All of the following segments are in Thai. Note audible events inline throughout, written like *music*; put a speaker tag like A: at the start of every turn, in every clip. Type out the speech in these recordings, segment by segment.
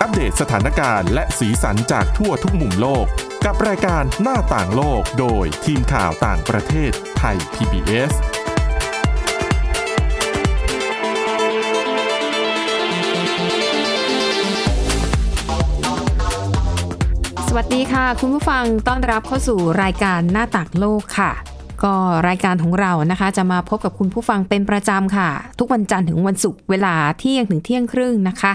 A: อัปเดตสถานการณ์และสีสันจากทั่วทุกมุมโลก กับรายการหน้าต่างโลกโดยทีมข่าวต่างประเทศไทย PBS
B: สวัสดีค่ะ คุณผู้ฟังต้อนรับเข้าสู่รายการหน้าต่างโลกค่ะ ก็รายการของเรานะคะ จะมาพบกับคุณผู้ฟังเป็นประจำค่ะ ทุกวันจันทร์ถึงวันศุกร์เวลาเที่ยงถึงเที่ยงครึ่งนะคะ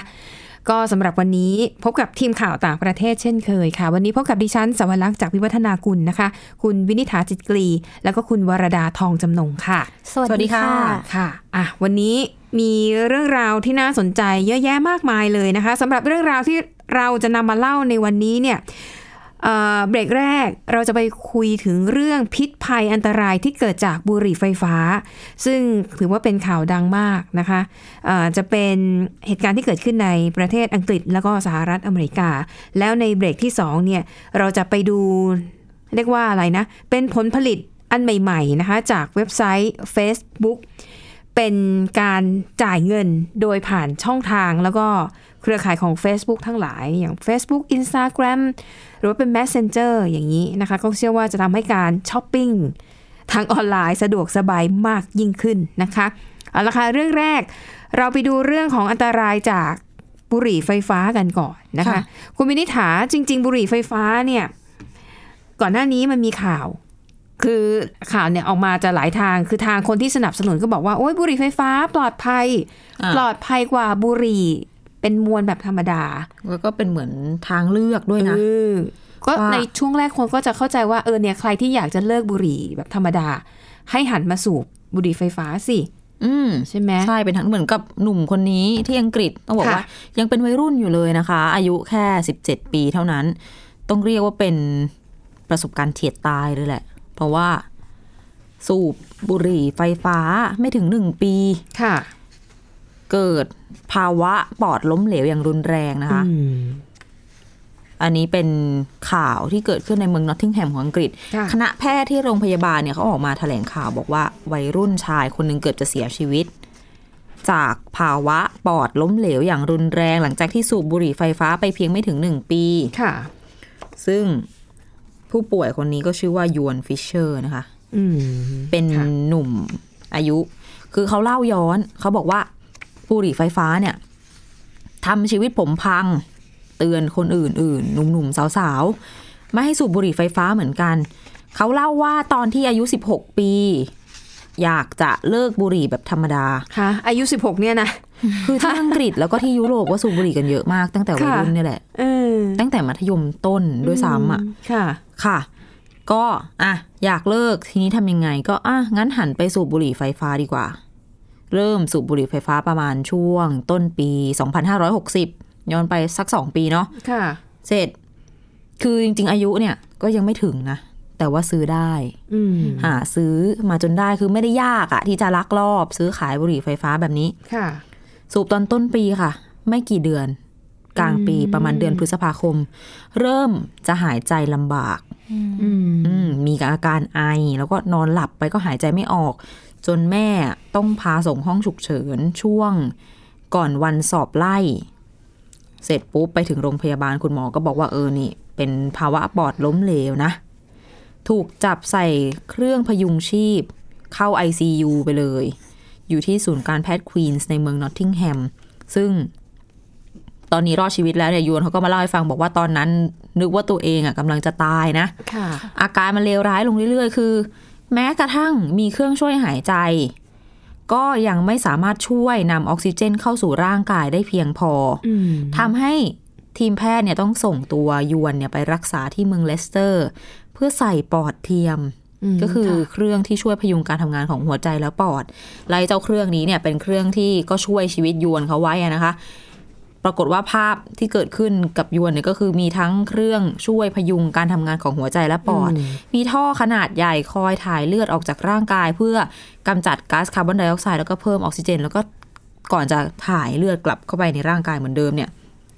B: ก็สำหรับวันนี้พบกับทีมข่าวต่างประเทศเช่นเคยค่ะ วันนี้พบกับดิฉันสวรักษ์จากวิวัฒนากุลนะคะ คุณวินิษฐาจิตกรี แล้วก็คุณวรดาทองจำนงค่ะ
C: สวัสดีค่ะ
B: ค่ะอ่ะ วันนี้มีเรื่องราวที่น่าสนใจเยอะแยะมากมายเลยนะคะสำหรับเรื่องราวที่เราจะนำมาเล่าในวันนี้เนี่ยเอ่อเบรกแรกเราจะไปคุยถึงเรื่องพิษภัยอันตรายที่เกิดจากบุหรี่ไฟฟ้า ซึ่งถือว่าเป็นข่าวดังมากนะคะเอ่อจะเป็นเหตุการณ์ที่เกิดขึ้นในประเทศอังกฤษแล้วก็สหรัฐอเมริกา แล้วในเบรกที่สองเนี่ยเราจะไปดู เรียกว่าอะไรนะ เป็นผลผลิตอันใหม่ๆนะคะ จากเว็บไซต์ Facebook เป็นการจ่ายเงินโดยผ่านช่องทางแล้วก็เครือข่ายของ Facebook ทั้งหลายอย่าง Facebook Instagram หรือว่าเป็น Messenger อย่างนี้นะคะ ก็เชื่อว่าจะทำให้การช้อปปิ้งทางออนไลน์สะดวกสบายมากยิ่งขึ้นนะคะเอาละค่ะเรื่องแรก เราไปดูเรื่องของอันตรายจากบุหรี่ไฟฟ้ากันก่อนนะคะ
C: ค่ะ
B: คุณมินิษฐาจริง ๆ บุหรี่ไฟฟ้าเนี่ย ก่อนหน้านี้มันมีข่าว คือข่าวเนี่ยออกมาจะหลายทาง คือทางคนที่สนับสนุนก็บอกว่า โอ้ยบุหรี่ไฟฟ้าปลอดภัย
C: อ่ะ
B: ปลอดภัยกว่าบุหรี่ เป็นมวลแบบธรรมดา
C: แล้วก็เป็นเหมือนทางเลือกด้วยนะ
B: เออก็
C: ว่า
B: ในช่วงแรกคนก็จะเข้าใจว่าเออเนี่ยใครที่อยากจะเลิกบุหรี่แบบธรรมดา ให้หันมาสูบบุหรี่ไฟฟ้าสิ
C: อืม
B: ใช่ไหม
C: ใช่เป็นทางเหมือนกับหนุ่มคนนี้ที่อังกฤษต้องบอก
B: ค่ะ
C: ว่า ยังเป็นวัยรุ่นอยู่เลยนะคะ อายุแค่ 17 ปีเท่านั้น ต้องเรียกว่าเป็นประสบการณ์เฉียดตายเลยแหละ เพราะว่าสูบบุหรี่ไฟฟ้าไม่ถึงหนึ่งปี
B: ค่ะ
C: เกิดภาวะปอดล้มเหลวอย่างรุนแรงนะคะ
B: อืม
C: อันนี้เป็นข่าวที่เกิดขึ้นในเมืองนอตติงแฮมของอังกฤษ
B: ค่ะ
C: คณะแพทย์ที่โรงพยาบาลเนี่ยเขาออกมาแถลงข่าวบอกว่าวัยรุ่นชายคนหนึ่งเกือบจะเสียชีวิต จากภาวะปอดล้มเหลวอย่างรุนแรง หลังจากที่สูบบุหรี่ไฟฟ้าไปเพียงไม่ถึง 1 ปี
B: ค่ะ
C: ซึ่งผู้ป่วยคนนี้ก็ชื่อว่ายวนฟิชเชอร์นะคะ
B: อืม
C: เป็น
B: ค่ะ
C: หนุ่มอายุ คือเขาเล่าย้อนเขาบอกว่าบุหรี่ไฟฟ้าเนี่ยทำชีวิตผมพัง เตือนคนอื่นๆ หนุ่มๆ สาวๆ ไม่ให้สูบบุหรี่ไฟฟ้าเหมือนกัน เขาเล่าว่าตอนที่อายุ 16 ปี อยากจะเลิกบุหรี่แบบธรรมดา
B: ค่ะ อายุสิบหกเนี่ยนะ
C: คือที่อังกฤษแล้วก็ที่ยุโรปก็สูบบุหรี่กันเยอะมาก ตั้งแต่วัย
B: ค่ะ
C: รุ่นเนี่ยแหละ
B: เออ
C: ตั้งแต่มัธยมต้นด้วยซ้ำอ่ะ
B: ค่ะ
C: ค่ะ ก็อ่ะอยากเลิกทีนี้ทำยังไง ก็อ่ะงั้นหันไปสูบบุหรี่ไฟฟ้าดีกว่า เริ่มสูบบุหรี่ไฟฟ้าประมาณช่วง ต้นปี 2560 ย้อนไปสัก 2 ปีเนาะ
B: ค่ะ
C: เสร็จ คือจริง ๆ อายุเนี่ยก็ยังไม่ถึงนะ แต่ว่าซื้อได้
B: อืม
C: หาซื้อมาจนได้คือไม่ได้ยากอะที่จะลักลอบ ซื้อขายบุหรี่ไฟฟ้าแบบนี้
B: ค่ะ
C: สูบตอนต้นปีค่ะ ไม่กี่เดือน กลางปีประมาณเดือนพฤษภาคม เริ่มจะหายใจลำบาก
B: อืม
C: อืมมีอาการไอแล้วก็นอนหลับไปก็หายใจไม่ออก จนแม่ต้องพาส่งห้องฉุกเฉินช่วงก่อนวันสอบไล่ เสร็จปุ๊บไปถึงโรงพยาบาลคุณหมอก็บอกว่าเออนี่ เป็นภาวะปอดล้มเหลวนะ ถูกจับใส่เครื่องพยุงชีพ เข้า ICU ไปเลย อยู่ที่ศูนย์การแพทย์ควีนส์ในเมืองนอตติงแฮมซึ่ง ตอนนี้รอดชีวิตแล้วเนี่ยยวนเขาก็มาเล่าให้ฟังบอกว่าตอนนั้น นึกว่าตัวเองอ่ะกำลังจะตายนะ
B: ค่ะ
C: อาการมันเลวร้ายลงเรื่อยๆ คือ แม้กระทั่งมีเครื่องช่วยหายใจ ก็ยังไม่สามารถช่วยนำออกซิเจนเข้าสู่ร่างกายได้เพียงพอ
B: อืม
C: ทำให้ทีมแพทย์เนี่ยต้องส่งตัวยวนเนี่ยไปรักษาที่เมืองเลสเตอร์ เพื่อใส่ปอดเทียม
B: ม
C: ก็คือ
B: ค่ะ
C: เครื่องที่ช่วยพยุงการทำงานของหัวใจและปอดไล่เจ้าเครื่องนี้เนี่ยเป็นเครื่องที่ก็ช่วยชีวิตยวนเขาไว้อะนะคะ ปรากฏว่าภาพที่เกิดขึ้นกับยวนเนี่ยก็คือมีทั้งเครื่องช่วยพยุงการทำงานของหัวใจและปอด
B: ม
C: มีท่อขนาดใหญ่คอยถ่ายเลือดออกจากร่างกาย เพื่อกำจัดก๊าซคาร์บอนไดออกไซด์แล้วก็เพิ่มออกซิเจน แล้วก็ก่อนจะถ่ายเลือดกลับเข้าไปในร่างกายเหมือนเดิมเนี่ย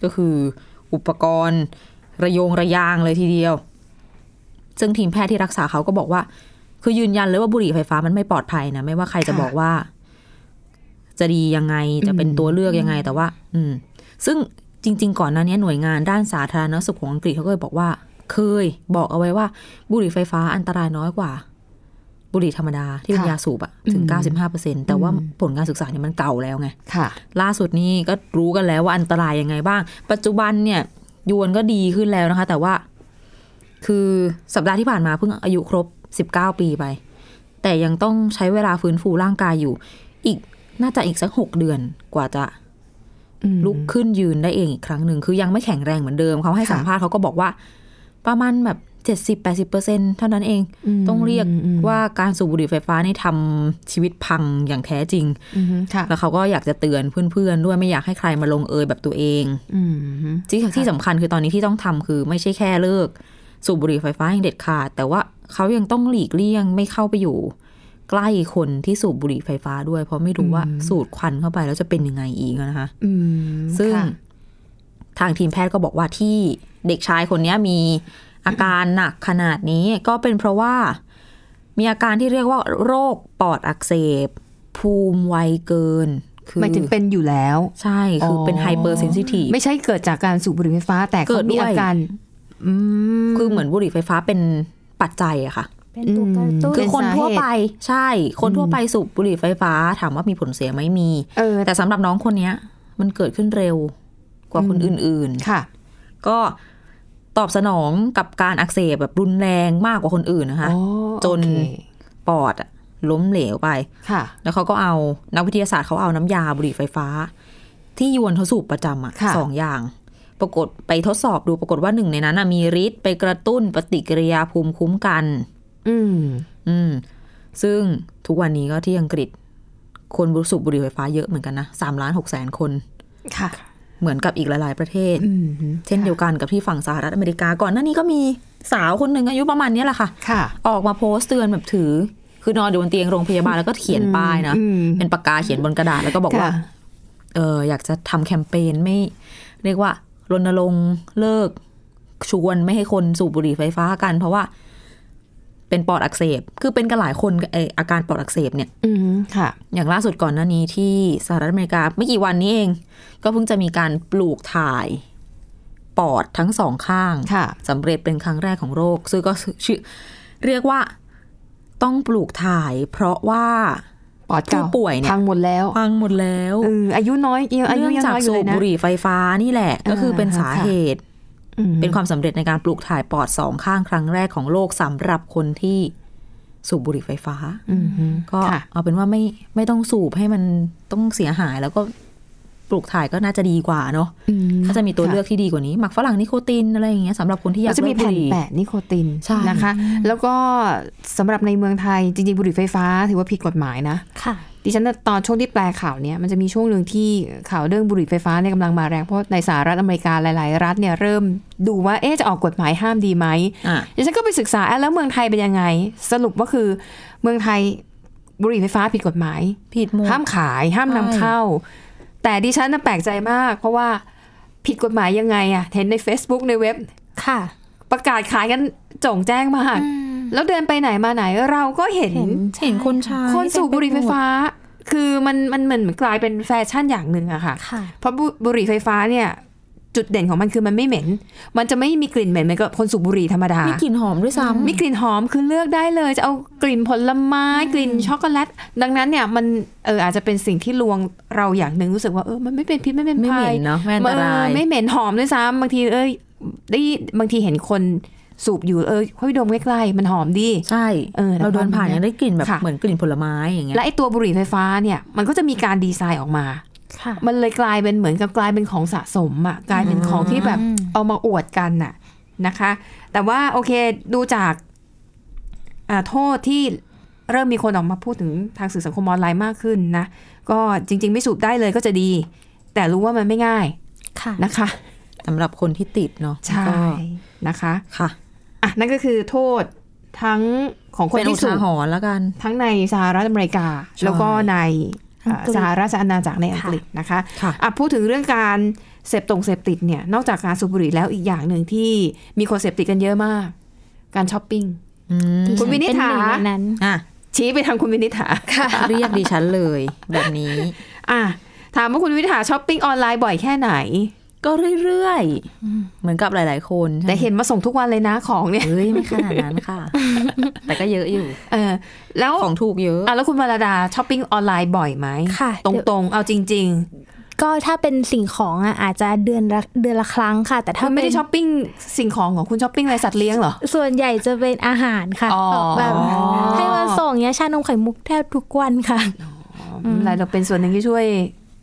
C: ก็คืออุปกรณ์ระโยงระยางเลยทีเดียว ซึ่งทีมแพทย์ที่รักษาเขาก็บอกว่า คือยืนยันเลยว่าบุหรี่ไฟฟ้ามันไม่ปลอดภัยนะ ไม่ว่าใครจะบอกว่า จะดียังไงจะเป็นตัวเลือกยังไงแต่ว่า อืม ซึ่ง จริง ๆ ก่อนหน้านี้หน่วยงานด้านสาธารณสุขของอังกฤษเขาก็เลยบอกว่า เคยบอกเอาไว้ว่า บุหรี่ไฟฟ้าอันตรายน้อยกว่า บุหรี่ธรรมดาที่เป็น
D: ค่ะ
C: ยาสูบอะถึง
D: อืม
C: 95%แต่ว่าผลการศึกษาเนี่ยมันเก่าแล้วไง
D: ค่ะ
C: ล่าสุดนี้ก็รู้กันแล้วว่าอันตรายยังไงบ้าง ปัจจุบันเนี่ยยวนก็ดีขึ้นแล้วนะคะ แต่ว่า คือสัปดาห์ที่ผ่านมาเพิ่งอายุครบ 19 ปีไป แต่ยังต้องใช้เวลาฟื้นฟูร่างกายอยู่ อีกน่าจะอีกสักหกเดือนกว่าจะ
B: อืม
C: ลุกขึ้นยืนได้เองอีกครั้งหนึ่ง คือยังไม่แข็งแรงเหมือนเดิม เขาให้
D: ค่ะ
C: สัมภาษณ์เขาก็บอกว่า ประมาณแบบเจ็ดสิบแปดสิบเปอร์เซ็นเท่านั้นเอง
B: ม
C: ต้องเรียก
B: อืม
C: ว่าการสูบบุหรี่ไฟฟ้านี่ทำชีวิตพังอย่างแท้จริง
D: อือฮึค่ะ
C: แล้วเขาก็อยากจะเตือนเพื่อนๆ ด้วยไม่อยากให้ใครมาลงเอยแบบตัวเอง
B: อืม
C: ที่ที่สำคัญคือตอนนี้ที่ต้องทำคือไม่ใช่แค่เลิก สูบบุหรี่ไฟฟ้าอย่างเด็ดขาด แต่ว่าเขายังต้องหลีกเลี่ยงไม่เข้าไปอยู่ ใกล้คนที่สูบบุหรี่ไฟฟ้าด้วย เพราะไม่รู้ว่าสูดควันเข้าไปแล้วจะเป็นยังไงอีกนะคะ
B: อืม
C: ซึ่ง
D: ค่ะ
C: ทางทีมแพทย์ก็บอกว่าที่เด็กชายคนนี้มีอาการหนักขนาดนี้ก็เป็นเพราะว่ามีอาการที่เรียกว่าโรคปอดอักเสบ ภูมิไวเกิน คือ
D: หมายถึงเป็นอยู่แล้ว
C: ใช่ คืออ
D: อ
C: เป็นไฮเปอร์เซนซิทีฟ
D: ไม่ใช่เกิดจากการสูบบุหรี่ไฟฟ้า แต่
C: เกิ
D: เขา
C: ดด้วย
D: มีอาการอืม
C: คือเหมือนบุหรี่ไฟฟ้าเป็นปัจจัยอะค่ะ
E: เป็นตัวกระตุ้น
C: คือคนทั่วไป
D: สาเหตุ
C: ใช่ คนทั่วไปสูบบุหรี่ไฟฟ้า ถามว่ามีผลเสียไหมมี
B: เออ
C: แต่สำหรับน้องคนเนี้ย มันเกิดขึ้นเร็วกว่าคนอื่น
D: ค่ะ
C: ๆ ก็ตอบสนองกับการอักเสบแบบรุนแรงมากกว่าคนอื่นนะคะ
D: อ๋อ
C: จน
D: โอเค
C: ปอดอะล้มเหลวไป
D: ค่ะ
C: แล้วเขาก็เอานักวิทยาศาสตร์เขาเอาน้ำยาบุหรี่ไฟฟ้า ที่ยวนเขาสูบประจำอะ
D: ค่ะ
C: สองอย่าง ปรากฏไปทดสอบดูปรากฏว่าหนึ่งในนั้นอะมีฤทธิ์ไปกระตุ้นปฏิกิริยาภูมิคุ้มกัน
D: อืม
C: อืม ซึ่งทุกวันนี้ก็ที่อังกฤษ คนสูบบุหรี่ไฟฟ้าเยอะเหมือนกันนะสามล้านหกแสนคน
D: ค่ะ
C: เหมือนกับอีกหลายๆประเทศ
D: อืม
C: เช่นเดียวกันกับที่ฝั่งสหรัฐอเมริกาก่อนหน้านี้ก็มีสาวคนหนึ่งอายุประมาณเนี้ยแหละค่ะ
D: ค่ะ
C: ออกมาโพสต์เตือนแบบถือ คือนอนอยู่บนเตียงโรงพยาบาลแล้วก็เขียนป้ายนะ
D: อืม
C: เป็นปากกาเขียนบนกระดาษแล้วก็บอกว่า
D: ค่ะ
C: เอออยากจะทำแคมเปญไม่ เรียกว่ารณรงค์เลิกชวนไม่ให้คนสูบบุหรี่ไฟฟ้ากัน เพราะว่าเป็นปอดอักเสบ คือเป็นกันหลายคนเอออาการปอดอักเสบเนี่ย
D: อืม ค่ะ
C: อย่างล่าสุดก่อนหน้านี้ที่สหรัฐอเมริกาไม่กี่วันนี้เอง ก็เพิ่งจะมีการปลูกถ่าย ปอดทั้งสองข้าง
D: ค่ะ
C: สำเร็จเป็นครั้งแรกของโรค ซึ่งก็ชื่อเรียกว่าต้องปลูกถ่าย เพราะว่า
D: ปอดเก่า
C: ผู้ป่วยเนี่ย
D: พังหมดแล้ว
C: พังหมดแล้ว
B: เอออายุน้อยยังอายุ
C: เนื่อง
B: ยัง
C: จาก
B: น้อยอยู่
C: สู
B: เล
C: บ
B: ยนะ
C: บุหรี่ไฟฟ้านี่แหละ ก็คือเป็นสาเหตุ
D: อืม
C: เป็นความสำเร็จในการปลูกถ่ายปอดสองข้างครั้งแรกของโลกสำหรับคนที่สูบบุหรี่ไฟฟ้า
D: อืม
C: ก็
D: ค่ะ
C: เอาเป็นว่าไม่ไม่ต้องสูบให้มันต้องเสียหายแล้วก็ปลูกถ่ายก็น่าจะดีกว่าเนาะ
D: อืม
C: ก็จะมีตัว
D: ค่
C: เลือกที่ดีกว่านี้หมักฝรั่งนิโคตินอะไรอย่างเงี้ยสำหรับคนที่อยา
D: ก็
C: ก
D: จะมี
C: เลิกบุ
D: แผ่น
C: หรี่
D: แปะนิโคติน
C: ใช่
D: นะคะ แล้วก็สำหรับในเมืองไทยจริงๆ บุหรี่ไฟฟ้า ถือว่าผิดกฎหมายนะ
E: ค่ะ
B: ดิฉันน่ะตอนช่วงที่แปลข่าวเนี่ยมันจะมีช่วงหนึ่งที่ข่าวเรื่องบุหรี่ไฟฟ้าเนี่ยกำลังมาแรงเพราะในสหรัฐอเมริกาหลาย ๆ รัฐเนี่ยเริ่มดูว่าเอ๊ะจะออกกฎหมายห้ามดีไหม
C: อ่ะ
B: ดิฉันก็ไปศึกษาอ่ะแล้วเมืองไทยเป็นยังไง สรุปว่าคือเมืองไทยบุหรี่ไฟฟ้าผิดกฎหมาย
C: ผิดหมด
B: ห้ามขายห้ามนำ
C: ใช่
B: เข้า แต่ดิฉันน่ะแปลกใจมาก เพราะว่าผิดกฎหมายยังไงอะเห็นใน Facebook ในเว็บ
E: ค่ะ
B: ประกาศขายกันโจ่งแจ้งมาก แล้วเดินไปไหนมาไหนเราก็เห็น
E: เห็น
C: เห็นคนใช้
B: คนสูบบุหรี่ไฟ
C: เต็มปมด
B: ฟ้า คือมันมันเหมือนกลายเป็นแฟชั่นอย่างหนึ่งอะค่ะ
E: ค่ะ
B: เพราะบุบุหรี่ไฟฟ้าเนี่ย จุดเด่นของมันคือมันไม่เหม็น มันจะไม่มีกลิ่นเหม็นเหมือนกับคนสูบบุหรี่ธรรมดา
C: มีกลิ่นหอมด้วยซ้ำ
B: มีกลิ่นหอมคือเลือกได้เลย จะเอากลิ่นผลไม้ กลิ่นช็อกโกแลต ดังนั้นเนี่ยมันเอออาจจะเป็นสิ่งที่ลวงเราอย่างหนึ่งรู้สึกว่าเออมันไม่เป็นพิษไม่เป็น
C: ไม่เห
B: ภั
C: ม็
B: ย
C: นเนาะไม่อันตรา
B: เอยอไม่เหม็นหอมด้วยซ้ำบางทีเอ้ยได้บางทีเห็นคนสูบอยู่เออค่อยดมใกล้ๆมันหอมดี
C: ใช่
B: เออ
C: เราเดินผ่านยังได้กลิ่นแบบ
B: ค่ะ
C: เหมือนกลิ่นผลไม้อย่างเงี้ย
B: และไอตัวบุหรี่ไฟฟ้าเนี่ยมันก็จะมีการดีไซน์ออกมา
E: ค่ะ
B: มันเลยกลายเป็นเหมือนกับกลายเป็นของสะสมอะกลายเป็นของที่แบบ
E: อืม
B: เอามาอวดกันน่ะนะคะ แต่ว่าโอเคดูจากอ่าโทษที่เริ่มมีคนออกมาพูดถึงทางสื่อสังคมออนไลน์มากขึ้นนะ ก็จริง ๆ ไม่สูบได้เลยก็จะดี แต่รู้ว่ามันไม่ง่าย
E: ค่ะ
B: นะคะ
C: สำหรับคนที่ติดเนาะ
B: ใช่
C: ก็
B: นะคะ
C: ค่ะ
B: อ่ะนั่นก็คือโทษทั้งของคน
C: เป็นอุ
B: ที่สู
C: ทา
B: บ
C: หรณ์แล้วกัน
B: ทั้งในสหรัฐอเมริกา
C: ใช่
B: แล้วก็ในอ่า
E: อังกฤษ
B: สหราชอาณาจักรในอังกฤษนะคะ
C: ค่ะ
B: อ่ะพูดถึงเรื่องการเสพตรงเสพติดเนี่ย นอกจากการสูบบุหรี่แล้วอีกอย่างหนึ่งที่มีคนเสพติดกันเยอะมาก การช้อปปิ้ง
C: อืม
E: ดิ
B: คุณ
E: ฉั
B: วินิษฐา
E: เป็นหนึ่งในนั้น
C: อ่ะ
B: ชี้ไปทางคุณวินิษฐา
C: เรียกดิ *laughs* ฉันเลยแบบนี้
B: อ่ะถามว่าคุณวินิษฐาช้อปปิ้งออนไลน์บ่อยแค่ไหน
C: ก็เรื่อยๆเหมือนกับหลาย ๆ คนใช่ไม
B: แต่เห็นมาส่งทุกวันเลยนะของเนี่ย
C: เฮ้ยไม่ขนาด *laughs* นั้นค่ะ แต่ก็เยอะอยู่
B: เออแล้ว
C: ของถูกเยอะ
B: อ่ะแล้วคุณวราดาช้อปปิ้งออนไลน์บ่อยไหม
E: ค่ะ
B: ต
E: เดี๋ยว
B: รงๆ เอาจริง
E: ก็ถ้าเป็นสิ่งของอ่ะอาจจะเดือนละเดือนละครั้งค่ะ แต่
B: ๆ
E: ถ้า
B: คุณไม่ได้
E: เป็น
B: ช้อปปิ้งสิ่งของของคุณช้อปปิ้งอะไรสัตว์เลี้ยงเหรอ
E: ส่วนใหญ่จะเป็นอาหารค่ะ
B: อ๋อ
E: แบบให้มาส่งเนี้ยชานมไข่มุกแทบทุกวันค่ะ
B: ออะไรเราเป็นส่วนหนึ่งที่ช่วย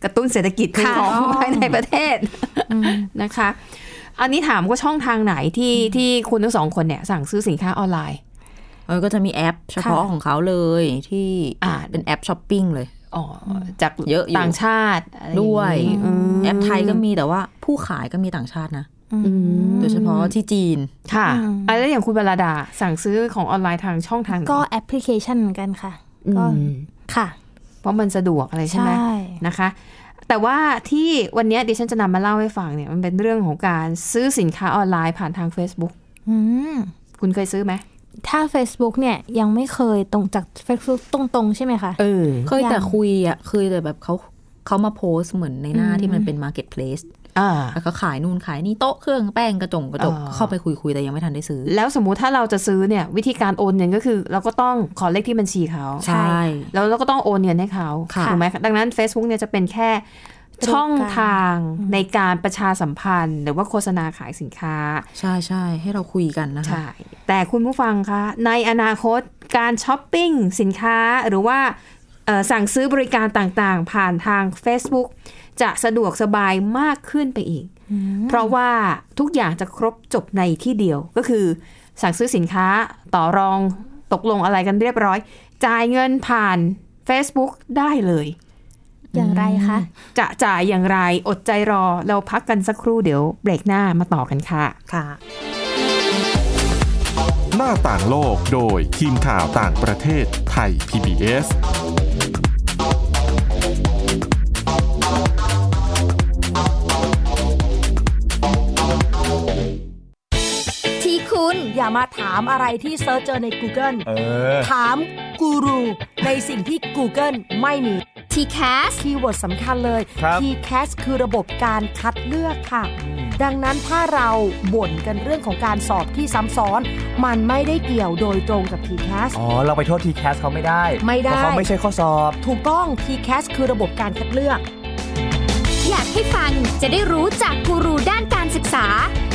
B: กระตุ้นเศรษฐกิจ
E: ค่ะ
B: ของภายในประเทศนะคะ อันนี้ถามว่าช่องทางไหนที่ที่คุณทั้งสองคนเนี่ยสั่งซื้อสินค้าออนไลน์
C: เออก็จะมีแอปเฉพาะ
E: ค่ะ
C: ของเขาเลยที่
B: อ่า
C: เป็นแอปช้อปปิ้งเลย
B: อ๋อจาก
C: เยอะอยู่
B: ต่างชาติอะไรอางงี้
C: ด้วย
B: อืม
C: แอปไทยก็มีแต่ว่าผู้ขายก็มีต่างชาตินะ โดยเฉพาะที่จีน
B: ค่ะ
E: อืม
B: อ่ะแล้วอย่างคุณบรรดาสั่งซื้อของออนไลน์ทางช่องทางไหน
E: ก็แอปพลิเคชันเหมือนกันค่ะ
B: อื
E: ก็
B: ม
E: ค่ะ
B: เพราะมันสะดวกอะไรใช่
E: ใช่
B: ไหมนะคะ แต่ว่าที่วันเนี้ยดิฉันจะนำมาเล่าให้ฟังเนี่ยมันเป็นเรื่องของการซื้อสินค้าออนไลน์ผ่านทาง Facebook
E: อืม
B: คุณเคยซื้อไหม
E: ถ้า Facebook เนี่ยยังไม่เคยตรงจาก Facebook ตรงๆ ใช่ไหมคะ
B: เออ
C: เคยแต่
E: ยัง
C: คุยอ่ะเคยแต่แบบเขาเขามาโพสต์เหมือนในหน้าที่มันเป็น marketplace
B: อ่า
C: แล้วก็ขายนู่นขายนี่โต๊ะเครื่องแป้งกระจงกระจก
B: อ่า
C: เข้าไปคุยคุยแต่ยังไม่ทันได้ซื้อ
B: แล้วสมมุติถ้าเราจะซื้อเนี่ยวิธีการโอนเงินก็คือ เราก็ต้องขอเลขที่บัญชีเขา
C: ใช่
B: แล้วเราก็ต้องโอนเงินให้เขา
C: ค่ะ
B: ถูกไหมดังนั้น Facebook เนี่ยจะเป็นแค่ช่องทางในการประชาสัมพันธ์ หรือว่าโฆษณาขายสินค้า
C: ใช่ใช่ให้เราคุยกันนะคะ
B: ใช่ แต่คุณผู้ฟังคะ ในอนาคตการช้อปปิ้งสินค้าหรือว่าเอ่อสั่งซื้อบริการต่างๆ ผ่านทาง Facebook จะสะดวกสบายมากขึ้นไปอีก เพราะว่าทุกอย่างจะครบจบในที่เดียวก็คือ สั่งซื้อสินค้าต่อรองตกลงอะไรกันเรียบร้อย จ่ายเงินผ่าน Facebook ได้เลย
E: อย่างไรคะ
B: จะจ่ายอย่างไรอดใจรอ เราพักกันสักครู่เดี๋ยวเบรกหน้ามาต่อกันค่ะ
C: ค่ะ
A: หน้าต่างโลกโดยทีมข่าวต่างประเทศไทย PBS
F: ที่คุณอย่ามาถามอะไรที่เซิร์ชเจอใน Google
G: เออ
F: ถามกูรูในสิ่งที่ Google ไม่มี
H: t c a s
F: คีย์เวิร์ดสำคัญเลย
G: ครับ
F: T-CAS คือระบบการคัดเลือกค่ะ ดังนั้นถ้าเราบ่นกันเรื่องของการสอบที่ซ้ำซ้อน มันไม่ได้เกี่ยวโดยตรงกับ T-CAS
G: อ๋อ เราไปโทษทีแคสเขาไม่ได้
F: ไม่ได้
G: เพราะเขาไม่ใช่ข้อสอบ
F: ถูกต้อง T-CAS คือระบบการคัดเลือก
H: อยากให้ฟังจะได้รู้จากกูรูด้านการศึกษา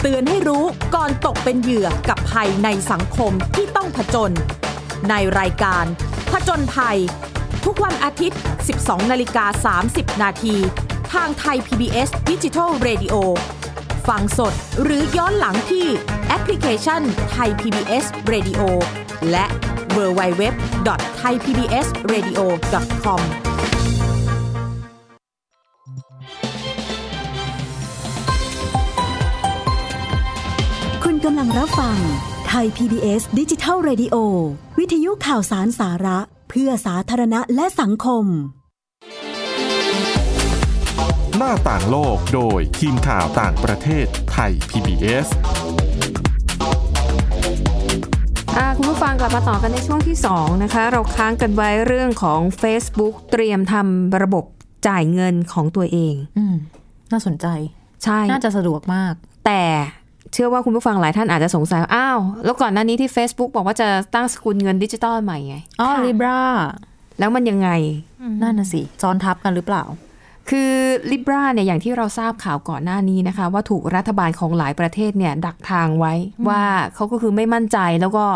F: เตือนให้รู้ก่อนตกเป็นเหยื่อกับภัยในสังคมที่ต้องผจญในรายการ ผจญภัย ทุกวันอาทิตย์ 12 นาฬิกา 30 นาทีทางไทย PBS d i g i ดิจิ a d i o ฟังสดหรือย้อนหลังที่แอปพลิเคชันไทย PBS Radio และ w w w t h a i p b s r a d i o c o m
I: คุณกำลังรับฟังไทย PBS ดิจิทัล Radio วิทยุข่าวสารสาระ เพื่อสาธารณะและสังคม
A: หน้าต่างโลกโดยทีมข่าวต่างประเทศไทย PBS
B: อ่าคุณผู้ฟังกลับมาต่อกันในช่วงที่ 2 นะคะ เราค้างกันไว้เรื่องของ Facebook เตรียมทำระบบจ่ายเงินของตัวเอง
C: อืม น่าสนใจ
B: ใช่
C: น่าจะสะดวกมาก
B: แต่เชื่อว่าคุณผู้ฟังหลายท่านอาจจะสงสัยว่าอ้าว แล้วก่อนหน้านี้ที่ Facebook บอกว่าจะตั้งสกุลเงินดิจิตอลใหม่ไง
C: อ๋อ Libra
B: แล้วมันยังไง
C: นั่นน่ะสิซ้อนทับกันหรือเปล่า
B: คือ Libra เนี่ยอย่างที่เราทราบข่าวก่อนหน้านี้นะคะ ว่าถูกรัฐบาลของหลายประเทศเนี่ยดักทางไว้ว่าเขาก็คือไม่มั่นใจแล้วก็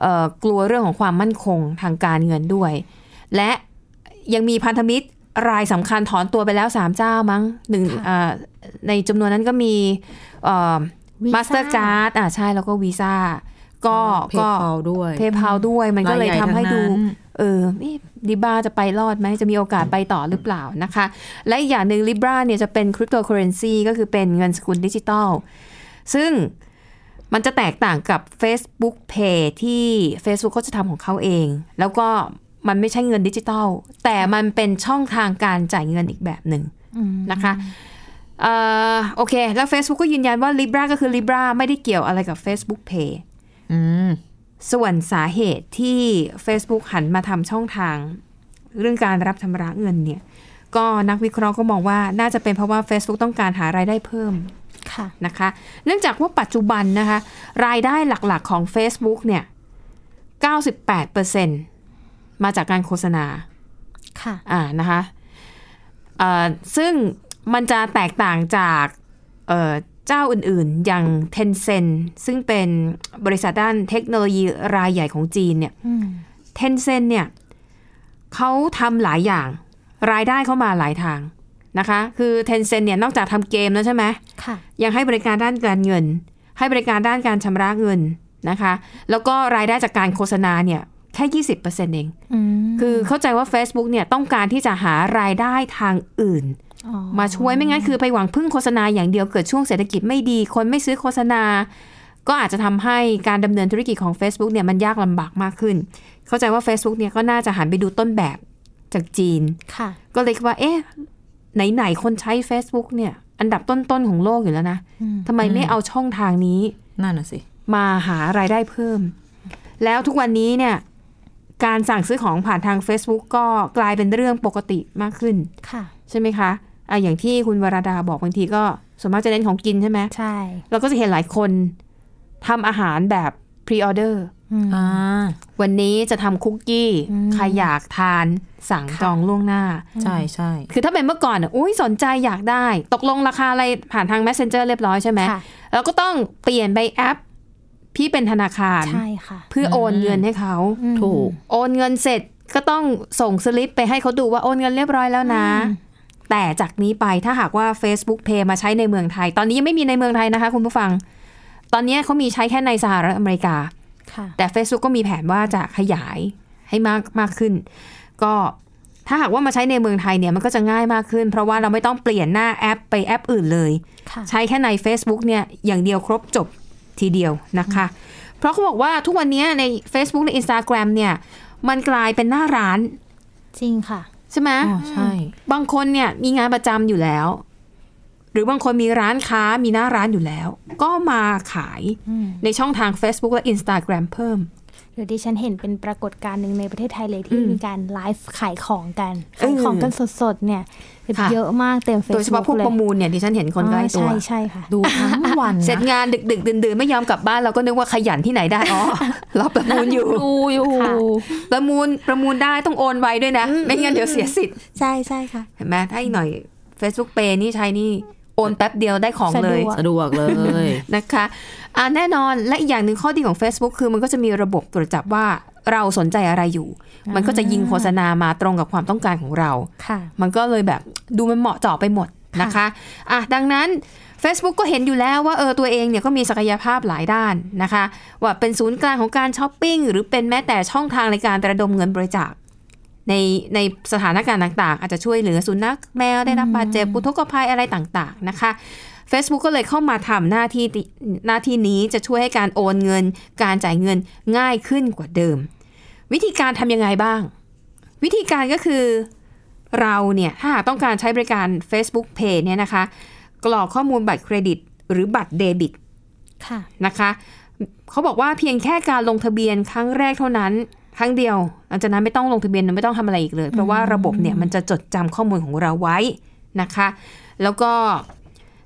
B: เอ่อกลัวเรื่องของความมั่นคงทางการเงินด้วย และยังมีพันธมิตรรายสำคัญถอนตัวไปแล้ว 3 เจ้ามั้งหนึ่งอ่าในจำนวนนั้นก็มีมาสเตอร์การ์ดอ่าใช่แล้วก็วีซ่าก็ก็
C: PayPal ด้วย
B: เพย์พาด้วยมันก็เลย
C: รายใหญ่
B: ทำให้ดู
C: ทั้งนั้น
B: เออดิบ้าจะไปรอดไหม จะมีโอกาสไปต่อหรือเปล่านะคะ และอีกอย่างหนึ่ง Libra เนี่ยจะเป็นคริปโตเคอเรนซีก็คือเป็นเงินสกุลดิจิตอลซึ่ง มันจะแตกต่างกับ Facebook Pay ที่ Facebook เขาจะทำของเขาเอง แล้วก็มันไม่ใช่เงินดิจิตัล แต่มันเป็นช่องทางการจ่ายเงินอีกแบบหนึ่งนะคะเอ่อโอเค แล้ว Facebook ก็ยืนยันว่า Libra ก็คือ Libra ไม่ได้เกี่ยวอะไรกับ Facebook Pay
C: อืม
B: ส่วนสาเหตุที่ Facebook หันมาทำช่องทาง เรื่องการรับชำระเงินเนี่ย ก็นักวิเคราะห์ก็มองว่าน่าจะเป็นเพราะว่า Facebook ต้องการหารายได้เพิ่ม
E: ค่ะ
B: นะคะเนื่องจากว่าปัจจุบันนะคะรายได้หลักๆของ Facebook เนี่ย 98%มาจากการโฆษณา
E: ค่ะ
B: อ่านะคะเอ่อซึ่งมันจะแตกต่างจากเอ่อเจ้าอื่นๆ อย่าง Tencent ซึ่งเป็นบริษัทด้านเทคโนโลยีรายใหญ่ของจีนเนี่ย
E: อืม
B: Tencent เนี่ยเขาทำหลายอย่างรายได้เข้ามาหลายทางนะคะคือ Tencent เนี่ยนอกจากทำเกมแล้วใช่ไหม
E: ค่ะ
B: ยังให้บริการด้านการเงิน ให้บริการด้านการชำระเงินนะคะ แล้วก็รายได้จากการโฆษณาเนี่ยแค่ 20%เอง
E: อืม
B: คือเข้าใจว่า Facebook เนี่ยต้องการที่จะหารายได้ทางอื่น
E: อ๋อ
B: มาช่วยไม่งั้นคือไปหวังพึ่งโฆษณาอย่างเดียวเกิดช่วงเศรษฐกิจไม่ดี คนไม่ซื้อโฆษณา ก็อาจจะทำให้การดำเนินธุรกิจของ Facebook เนี่ยมันยากลำบากมากขึ้น เข้าใจว่า Facebook เนี่ยก็น่าจะหันไปดูต้นแบบจากจีน
E: ค่ะ
B: ก็เลยคิดว่า เอ๊ะ ไหน ๆ คนใช้ Facebook เนี่ย อันดับต้น ๆ ของโลกอยู่แล้วนะ
E: อืม
B: ทำไมไม่เอาช่องทางนี้
C: นั่นน่ะสิ
B: มาหารายได้เพิ่ม แล้วทุกวันนี้เนี่ย การสั่งซื้อของผ่านทาง Facebook ก็กลายเป็นเรื่องปกติมากขึ้น
E: ค่ะ
B: ใช่ไหมคะอ่ะอย่างที่คุณวราดาบอกบางทีก็ส่วนมากจะเน้นของกินใช่ไหม
E: ใช่
B: เราก็จะเห็นหลายคนทำอาหารแบบพรีออเดอร์
E: อืม
C: อ่า
B: วันนี้จะทำคุกกี้
E: อืม
B: ใครอยากทานสั่งจองล่วงหน้า
C: ใช่ใช่
B: คือถ้าเป็นเมื่อก่อนอะอุ้ยสนใจอยากได้ ตกลงราคาอะไรผ่านทาง Messenger เรียบร้อยใช่ไหม
E: ค่ะ
B: แล้วก็ต้องเปลี่ยนไปแอปที่เป็นธนาคาร
E: ใช่ค่ะ
B: เพื่อโอนเงินให้เขา
E: อืม
C: ถูก
B: โอนเงินเสร็จก็ต้องส่งสลิปไปให้เขาดูว่าโอนเงินเรียบร้อยแล้วนะ แต่จากนี้ไปถ้าหากว่า Facebook Pay มาใช้ในเมืองไทย ตอนนี้ยังไม่มีในเมืองไทยนะคะคุณผู้ฟัง ตอนนี้เขามีใช้แค่ในสหรัฐอเมริกา
E: ค่ะ
B: แต่ Facebook ก็มีแผนว่าจะขยายให้มากมากขึ้น ก็ถ้าหากว่ามาใช้ในเมืองไทยเนี่ยมันก็จะง่ายมากขึ้น เพราะว่าเราไม่ต้องเปลี่ยนหน้าแอปไปแอปอื่นเลย
E: ค่ะ
B: ใช้แค่ใน Facebook เนี่ยอย่างเดียวครบจบทีเดียวนะคะ เพราะเขาบอกว่าทุกวันนี้ใน Facebook ใน Instagram เนี่ย มันกลายเป็นหน้าร้าน
E: จริงค่ะ
B: ใช่ไหม
C: อ๋อ ใช่
B: บางคนเนี่ยมีงานประจำอยู่แล้ว หรือบางคนมีร้านค้ามีหน้าร้านอยู่แล้ว ก็มาขาย
E: อืม
B: ในช่องทาง Facebook และ Instagram เพิ่ม
E: เดี๋ยวดิฉันเห็นเป็นปรากฏการณ์หนึ่งในประเทศไทยเลยที่
B: อืม
E: มีการไลฟ์ขายของกัน
B: เออ
E: ขายของกันสดๆเนี่ยแบบ
B: ค่ะ
E: เยอะมากเต็มเฟซ
B: โดยเฉพาะพวกประมูลเนี่ยดิฉันเห็นคนใกล้ตัว
E: ใช่ใช่ค่ะ
C: ดูทั้งวันนะ
B: เสร็จงานดึกดึกๆดื่นๆ ไม่ยอมกลับบ้านเราก็นึกว่าขยันที่ไหนได้อ๋อ เราประมูลอยู่
C: ดูอยู่
B: ประมูลประมูลได้ต้องโอนไวด้วยนะ ไม่งั้นเดี๋ยวเสียสิทธิ์
E: ใช่ใช่ค่ะ
B: เห็นไหมถ้าอีกหน่อย Facebook Pay นี่ใช้นี่โอนแป๊บเดียวได้ของเลย
E: สะดว
C: สะดวกเลย
B: นะคะอ่ะแน่นอนและอีกอย่างหนึ่งข้อดีของ Facebook คือมันก็จะมีระบบตรวจจับว่าเราสนใจอะไรอยู่ มันก็จะยิงโฆษณามาตรงกับความต้องการของเรา
E: ค่ะ
B: มันก็เลยแบบดูมันเหมาะเจาะไปหมดนะคะอ่ะดังนั้น Facebook ก็เห็นอยู่แล้วว่าเออตัวเองเนี่ยก็มีศักยภาพหลายด้านนะคะ ว่าเป็นศูนย์กลางของการช้อปปิ้งหรือเป็นแม้แต่ช่องทางในการระดมเงินบริจาค ในในสถานการณ์ต่างๆ อาจจะช่วยเหลือสุนัขแมวได้รับบาดเจ็บอุทกภัยอะไรต่างๆนะคะ Facebook ก็เลยเข้ามาทำหน้าที่ติหน้าที่นี้จะช่วยให้การโอนเงิน การจ่ายเงินง่ายขึ้นกว่าเดิม วิธีการทำยังไงบ้าง วิธีการก็คือ เราเนี่ยถ้าหากต้องการใช้บริการ Facebook Pay เนี่ยนะคะ กรอกข้อมูลบัตรเครดิต หรือบัตรเดบิต
E: ค่ะ
B: นะคะเขาบอกว่าเพียงแค่การลงทะเบียนครั้งแรกเท่านั้น ครั้งเดียว หลังจากนั้นไม่ต้องลงทะเบียนไม่ต้องทำอะไรอีกเลย เพราะว่าระบบเนี่ยมันจะจดจำข้อมูลของเราไว้นะคะ แล้วก็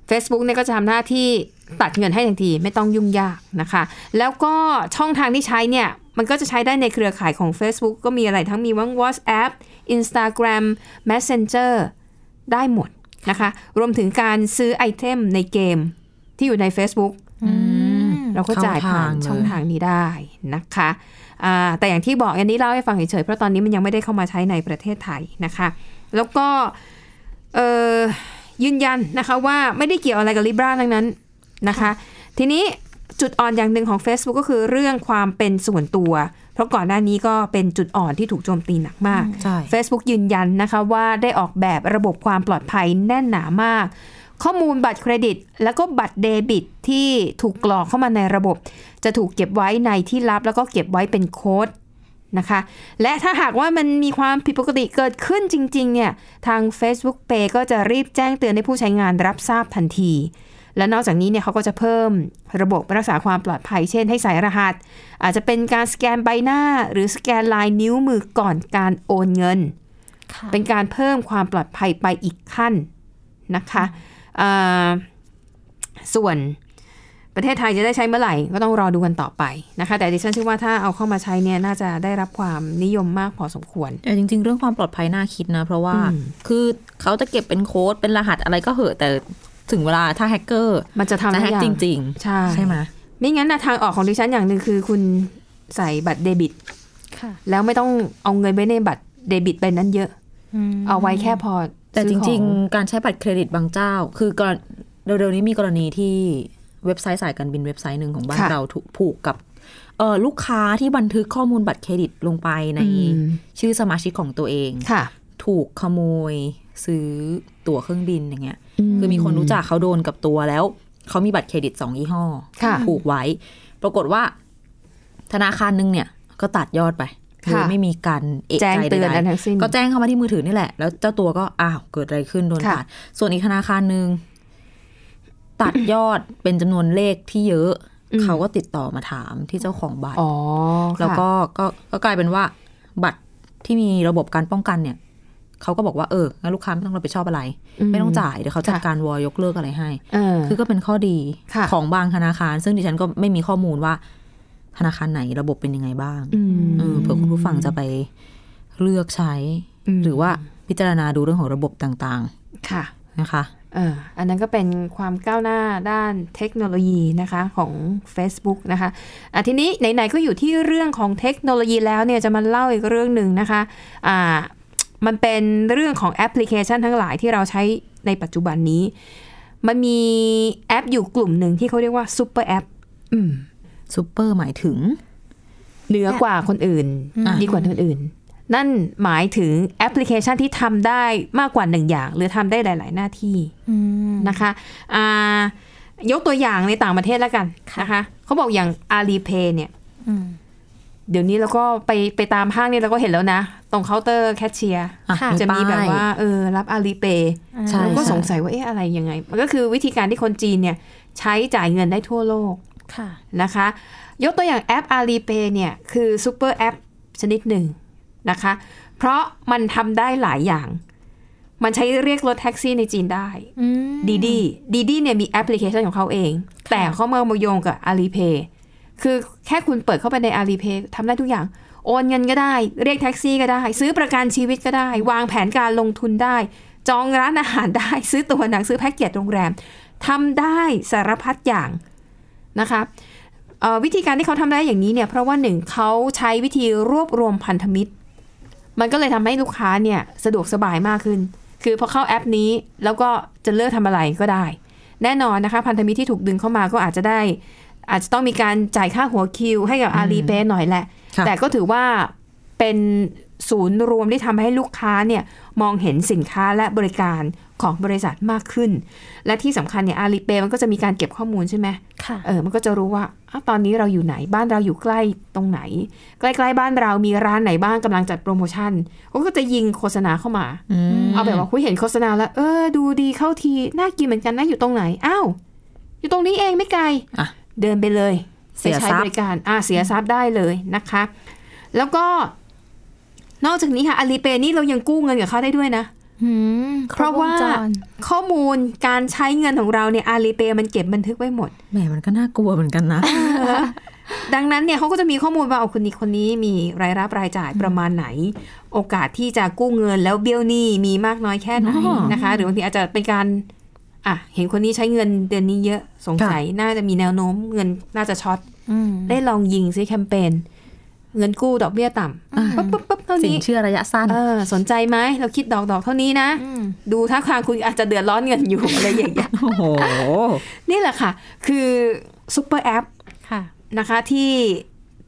B: Facebook เนี่ยก็จะทำหน้าที่ตัดเงินให้ทันทีไม่ต้องยุ่งยากนะคะ แล้วก็ช่องทางที่ใช้เนี่ย มันก็จะใช้ได้ในเครือข่ายของ Facebook ก็มีอะไรทั้งมีทั้ง WhatsApp Instagram Messenger ได้หมดนะคะ รวมถึงการซื้อไอเทมในเกมที่อยู่ใน Facebook เราก็จ่ายผ่าน
C: เข้าทางเลย
B: ช่องทางนี้ได้นะคะอ่าแต่อย่างที่บอกอันนี้เล่าให้ฟังเฉยๆเพราะตอนนี้มันยังไม่ได้เข้ามาใช้ในประเทศไทยนะคะ แล้วก็เอ่อยืนยันนะคะว่าไม่ได้เกี่ยวอะไรกับ Libra ทั้งนั้นนะคะ ทีนี้จุดอ่อนอย่างหนึ่งของ Facebook ก็คือเรื่องความเป็นส่วนตัว เพราะก่อนหน้านี้ก็เป็นจุดอ่อนที่ถูกโจมตีหนักมาก
C: ใช่
B: Facebook ยืนยันนะคะว่าได้ออกแบบระบบความปลอดภัยแน่นหนามาก ข้อมูลบัตรเครดิต แล้วก็บัตรเดบิตที่ถูกกรอกเข้ามาในระบบ จะถูกเก็บไว้ในที่ลับ แล้วก็เก็บไว้เป็นโค้ดนะคะ และถ้าหากว่ามันมีความผิดปกติเกิดขึ้นจริงๆเนี่ยทาง Facebook Pay ก็จะรีบแจ้งเตือนให้ผู้ใช้งานรับทราบทันที และนอกจากนี้เนี่ยเขาก็จะเพิ่มระบบรักษาความปลอดภัย เช่นให้ใส่รหัส อาจจะเป็นการสแกนใบหน้า หรือสแกนลายนิ้วมือก่อนการโอนเงิน
E: ค่ะ
B: เป็นการเพิ่มความปลอดภัยไปอีกขั้นนะคะเอ่อส่วนประเทศไทยจะได้ใช้เมื่อไหร่ก็ต้องรอดูกันต่อไปนะคะ แต่ดิฉันเชื่อว่าถ้าเอาเข้ามาใช้เนี่ยน่าจะได้รับความนิยมมากพอสมควร
C: *laughs* แต่จริง ๆ เรื่องความปลอดภัยน่าคิดนะ เพราะว่า
B: อืม
C: คือเขาจะเก็บเป็นโค้ดเป็นรหัสอะไรก็เหอะแต่ถึงเวลาถ้าแฮกเกอร์
B: มันจะทำ
C: จะ
B: ได้
C: แฮก
B: ยัง
C: จริง
B: ใช่
C: ๆ ใช่ไหม
B: ไม่งั้นนะทางออกของดิฉันอย่างหนึ่งคือคุณใส่บัตรเดบิต
E: ค่ะ
B: แล้วไม่ต้องเอาเงินไปในบัตรเดบิตใบนั้นเยอะ
E: ม
B: เอาไว้แค่พอ
C: แต่จ
B: ซื้อของ
C: ริง ๆ การใช้บัตรเครดิตบางเจ้า คือกรณเร็วๆนี้มีกรณีที่เว็บไซต์สายการบินเว็บไซต์หนึ่งของบ้านเราถูกผูกกับเอ่อลูกค้าที่บันทึกข้อมูลบัตรเครดิตลงไปใน
B: อืม
C: ชื่อสมาชิกของตัวเอง
B: ค่ะ
C: ถูกขโมยซื้อตั๋วเครื่องบินอย่างเงี้ย คือมีคนรู้จักเขาโดนกับตัวแล้ว เขามีบัตรเครดิตสองยี่ห้อ
B: ค่ะ
C: ผูกไว้ ปรากฏว่า ธนาคารหนึงเนี่ย ก็ตัดยอดไป
B: ค่ะ
C: โดยไม่มีการเอะ
B: แจ้ง
C: ใจ
B: เตือนอัน
C: ใด
B: ทั้งสิ้น
C: ๆก็แจ้งเข้ามาที่มือถือนี่แหละ แล้วเจ้าตัวก็อ้าวเกิดอะไรขึ้นโดน
B: ค่ะ
C: ตัด ส่วนอีกธนาคารหนึ่งตัดยอดเป็นจำนวนเลขที่เยอะ เขาก็ติดต่อมาถามที่เจ้าของบัตร
B: อ๋อ
C: แล้ว
B: ค่ะ
C: ก็ก็ก็กลายเป็นว่า บัตรที่มีระบบการป้องกันเนี่ย เขาก็บอกว่าเอองั้นลูกค้าไม่ต้องรับผิดชอบอะไร ไม่ต้องจ่ายเดี๋ยวเขาจัด
B: ค่ะ
C: การวอยกเลิกอะไรให้
B: เออ
C: คือก็เป็นข้อดี
B: ค่ะ
C: ของบางธนาคาร ซึ่งดิฉันก็ไม่มีข้อมูลว่า ธนาคารไหนระบบเป็นยังไงบ้าง
B: ม
C: เออเผื่อคุณผู้ฟังจะไปเลือกใช้
B: อืม
C: หรือว่าพิจารณาดูเรื่องของระบบต่าง
B: ค่ะ
C: ๆนะคะ
B: เอออันนั้นก็เป็นความก้าวหน้าด้านเทคโนโลยีนะคะของ Facebook นะคะอ่ะทีนี้ไหนๆก็อยู่ที่เรื่องของเทคโนโลยีแล้วเนี่ยจะมาเล่าอีกเรื่องหนึ่งนะคะอ่ามันเป็นเรื่องของแอปพลิเคชันทั้งหลายที่เราใช้ในปัจจุบันนี้ มันมีแอปอยู่กลุ่มหนึ่งที่เขาเรียกว่าซูเปอร์แอปอืม
C: ซูเปอร์หมายถึง
B: เหนือกว่าคนอื่น
C: อ่ะ
B: ดีกว่าคนอื่น นั่นหมายถึงแอปพลิเคชันที่ทำได้มากกว่าหนึ่งอย่าง หรือทำได้หลาย ๆ หน้าที่
E: อืม
B: นะคะอ่ายกตัวอย่างในต่างประเทศแล้วกันนะคะเขาบอกอย่าง Alipay เนี่ย
E: อืม
B: เดี๋ยวนี้เราก็ไปไปตามห้างเนี่ยเราก็เห็นแล้วนะ ตรงเคาน์เตอร์แคชเชียร์
C: อ่ะ
E: ค่ะ
B: จะมีแบบ
C: ป้ย
B: ว่าเออรับ Alipay
C: ใช่
B: เราก็
C: ใช่
B: สงสัยว่าเอ๊ะอะไรยังไง มันก็คือวิธีการที่คนจีนเนี่ยใช้จ่ายเงินได้ทั่วโลก
E: ค่ะ
B: นะคะ ยกตัวอย่างแอป Alipay เนี่ยคือซูเปอร์แอปชนิดหนึ่งนะคะ เพราะมันทำได้หลายอย่าง มันใช้เรียกรถแท็กซี่ในจีนได้
E: อืม
B: ดีดีดีดีเนี่ยมีแอปพลิเคชันของเขาเอง แต่เขามามาโยงกับ Alipay คือแค่คุณเปิดเข้าไปใน Alipay ทำได้ทุกอย่าง โอนเงินก็ได้ เรียกแท็กซี่ก็ได้ ซื้อประกันชีวิตก็ได้ วางแผนการลงทุนได้ จองร้านอาหารได้ ซื้อตัวหนังซื้อแพ็กเกจโรงแรมทำได้สารพัดอย่างนะคะเอ่อวิธีการที่เขาทำได้อย่างนี้เนี่ยเพราะว่าหนึ่งเขาใช้วิธีรวบรวมพันธมิตร มันก็เลยทำให้ลูกค้าเนี่ยสะดวกสบายมากขึ้น คือพอเข้าแอปนี้แล้วก็จะเลือกทำอะไรก็ได้ แน่นอนนะคะ พันธมิตรที่ถูกดึงเข้ามาก็อาจจะได้ อาจจะต้องมีการจ่ายค่าหัวคิว ให้กับอาลีเปหน่อยแหละ
C: ค่ะ
B: แต่ก็ถือว่าเป็นศูนย์รวมที่ทำให้ลูกค้าเนี่ยมองเห็นสินค้าและบริการของบริษัทมากขึ้น และที่สำคัญเนี่ยอาลีเปมันก็จะมีการเก็บข้อมูลใช่ไหม
E: ค่ะ
B: เออ มันก็จะรู้ว่าอ้าวตอนนี้เราอยู่ไหน บ้านเราอยู่ใกล้ตรงไหน ใกล้ๆบ้านเรามีร้านไหนบ้างกำลังจัดโปรโมชั่นเขาก็จะยิงโฆษณาเข้ามา
C: อืม
B: เอาแบบว่าคุยเห็นโฆษณาแล้ว เออ ดูดีเข้าที น่ากินเหมือนกันนะอยู่ตรงไหน อ้าว อยู่ตรงนี้เองไม่ไกล
C: อ่ะ
B: เดินไปเลย
C: เสีย
B: ไปใช้
C: ทรัพย์
B: บริการอ่าเสียทรัพย์ได้เลยนะคะ แล้วก็ นอกจากนี้ค่ะอาลีเปนี่เรายังกู้เงินกับเขาได้ด้วยนะ
E: อืม
B: เพราะว่า
E: คบงจร
B: ข้อมูลการใช้เงินของเราเนี่ยอาลีเปมันเก็บบันทึกไว้หมด
C: แหมมันก็น่ากลัวเหมือนกันนะ
B: ดังนั้นเนี่ยเขาก็จะมีข้อมูลว่าเอาคนนี้คนนี้มีรายรับรายจ่ายประมาณไหน โอกาสที่จะกู้เงินแล้วเบี้ยวหนี้มีมากน้อยแค่ไหน
C: อ๋อ
B: นะคะ หรือบางทีอาจจะเป็นการอ่ะเห็นคนนี้ใช้เงินเดือนนี้เยอะสงสัยน่าจะมีแนวโน้มเงินน่าจะช็อต
E: อืม
B: ได้ลองยิงซิแคมเปญเงินกู้ดอกเบี้ยต่
C: อ่า
B: ำปุ๊บปุ๊บปุ๊บเท่า
C: สิน
B: นี้
C: เชื่อระยะสั้น
B: เออสนใจไหมเราคิดดอกดอกเท่านี้นะ
E: อืม
B: ดูท่าทางคุณอาจจะเดือดร้อนเงินอยู่อะไรอย่างเงี้ย *laughs*
C: โอ้โห
B: นี่แหละค่ะ คือซุปเปอร์แอป
E: ค่ะ
B: นะคะที่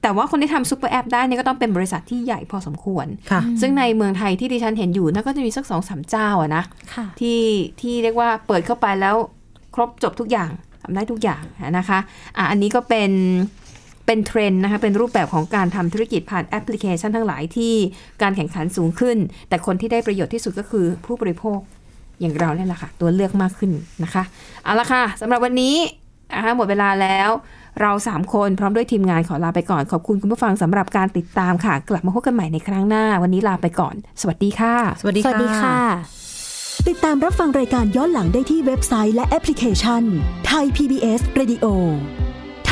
B: แต่ว่าคนที่ทำซูเปอร์แอปได้เนี่ยก็ต้องเป็นบริษัทที่ใหญ่พอสมควร
C: ค่ะ
B: ซึ่งในเมืองไทยที่ดิฉันเห็นอยู่น่าก็จะมีสักสองสามเจ้าอะนะ
E: ค่ะ
B: ที่ที่เรียกว่าเปิดเข้าไปแล้วครบจบทุกอย่างทำได้ทุกอย่างนะคะอ่ะอันนี้ก็เป็นเป็นเทรนด์นะคะเป็นรูปแบบของการทำธุรกิจผ่านแอปพลิเคชันทั้งหลายที่การแข่งขันสูงขึ้น แต่คนที่ได้ประโยชน์ที่สุดก็คือผู้บริโภคอย่างเราเนี่ยแหละค่ะ ตัวเลือกมากขึ้นนะคะเอาละค่ะสำหรับวันนี้นะคะหมดเวลาแล้วเรา 3 คนพร้อมด้วยทีมงานขอลาไปก่อน ขอบคุณคุณผู้ฟังสำหรับการติดตามค่ะ กลับมาพบกันใหม่ในครั้งหน้า วันนี้ลาไปก่อน สวัสดีค่ะ
C: สวัสดี
E: สวัสดี
C: ค่ะ
E: ค่ะ
F: ติดตามรับฟังรายการย้อนหลังได้ที่เว็บไซต์และแอปพลิเคชันไทย PBS Radio ไท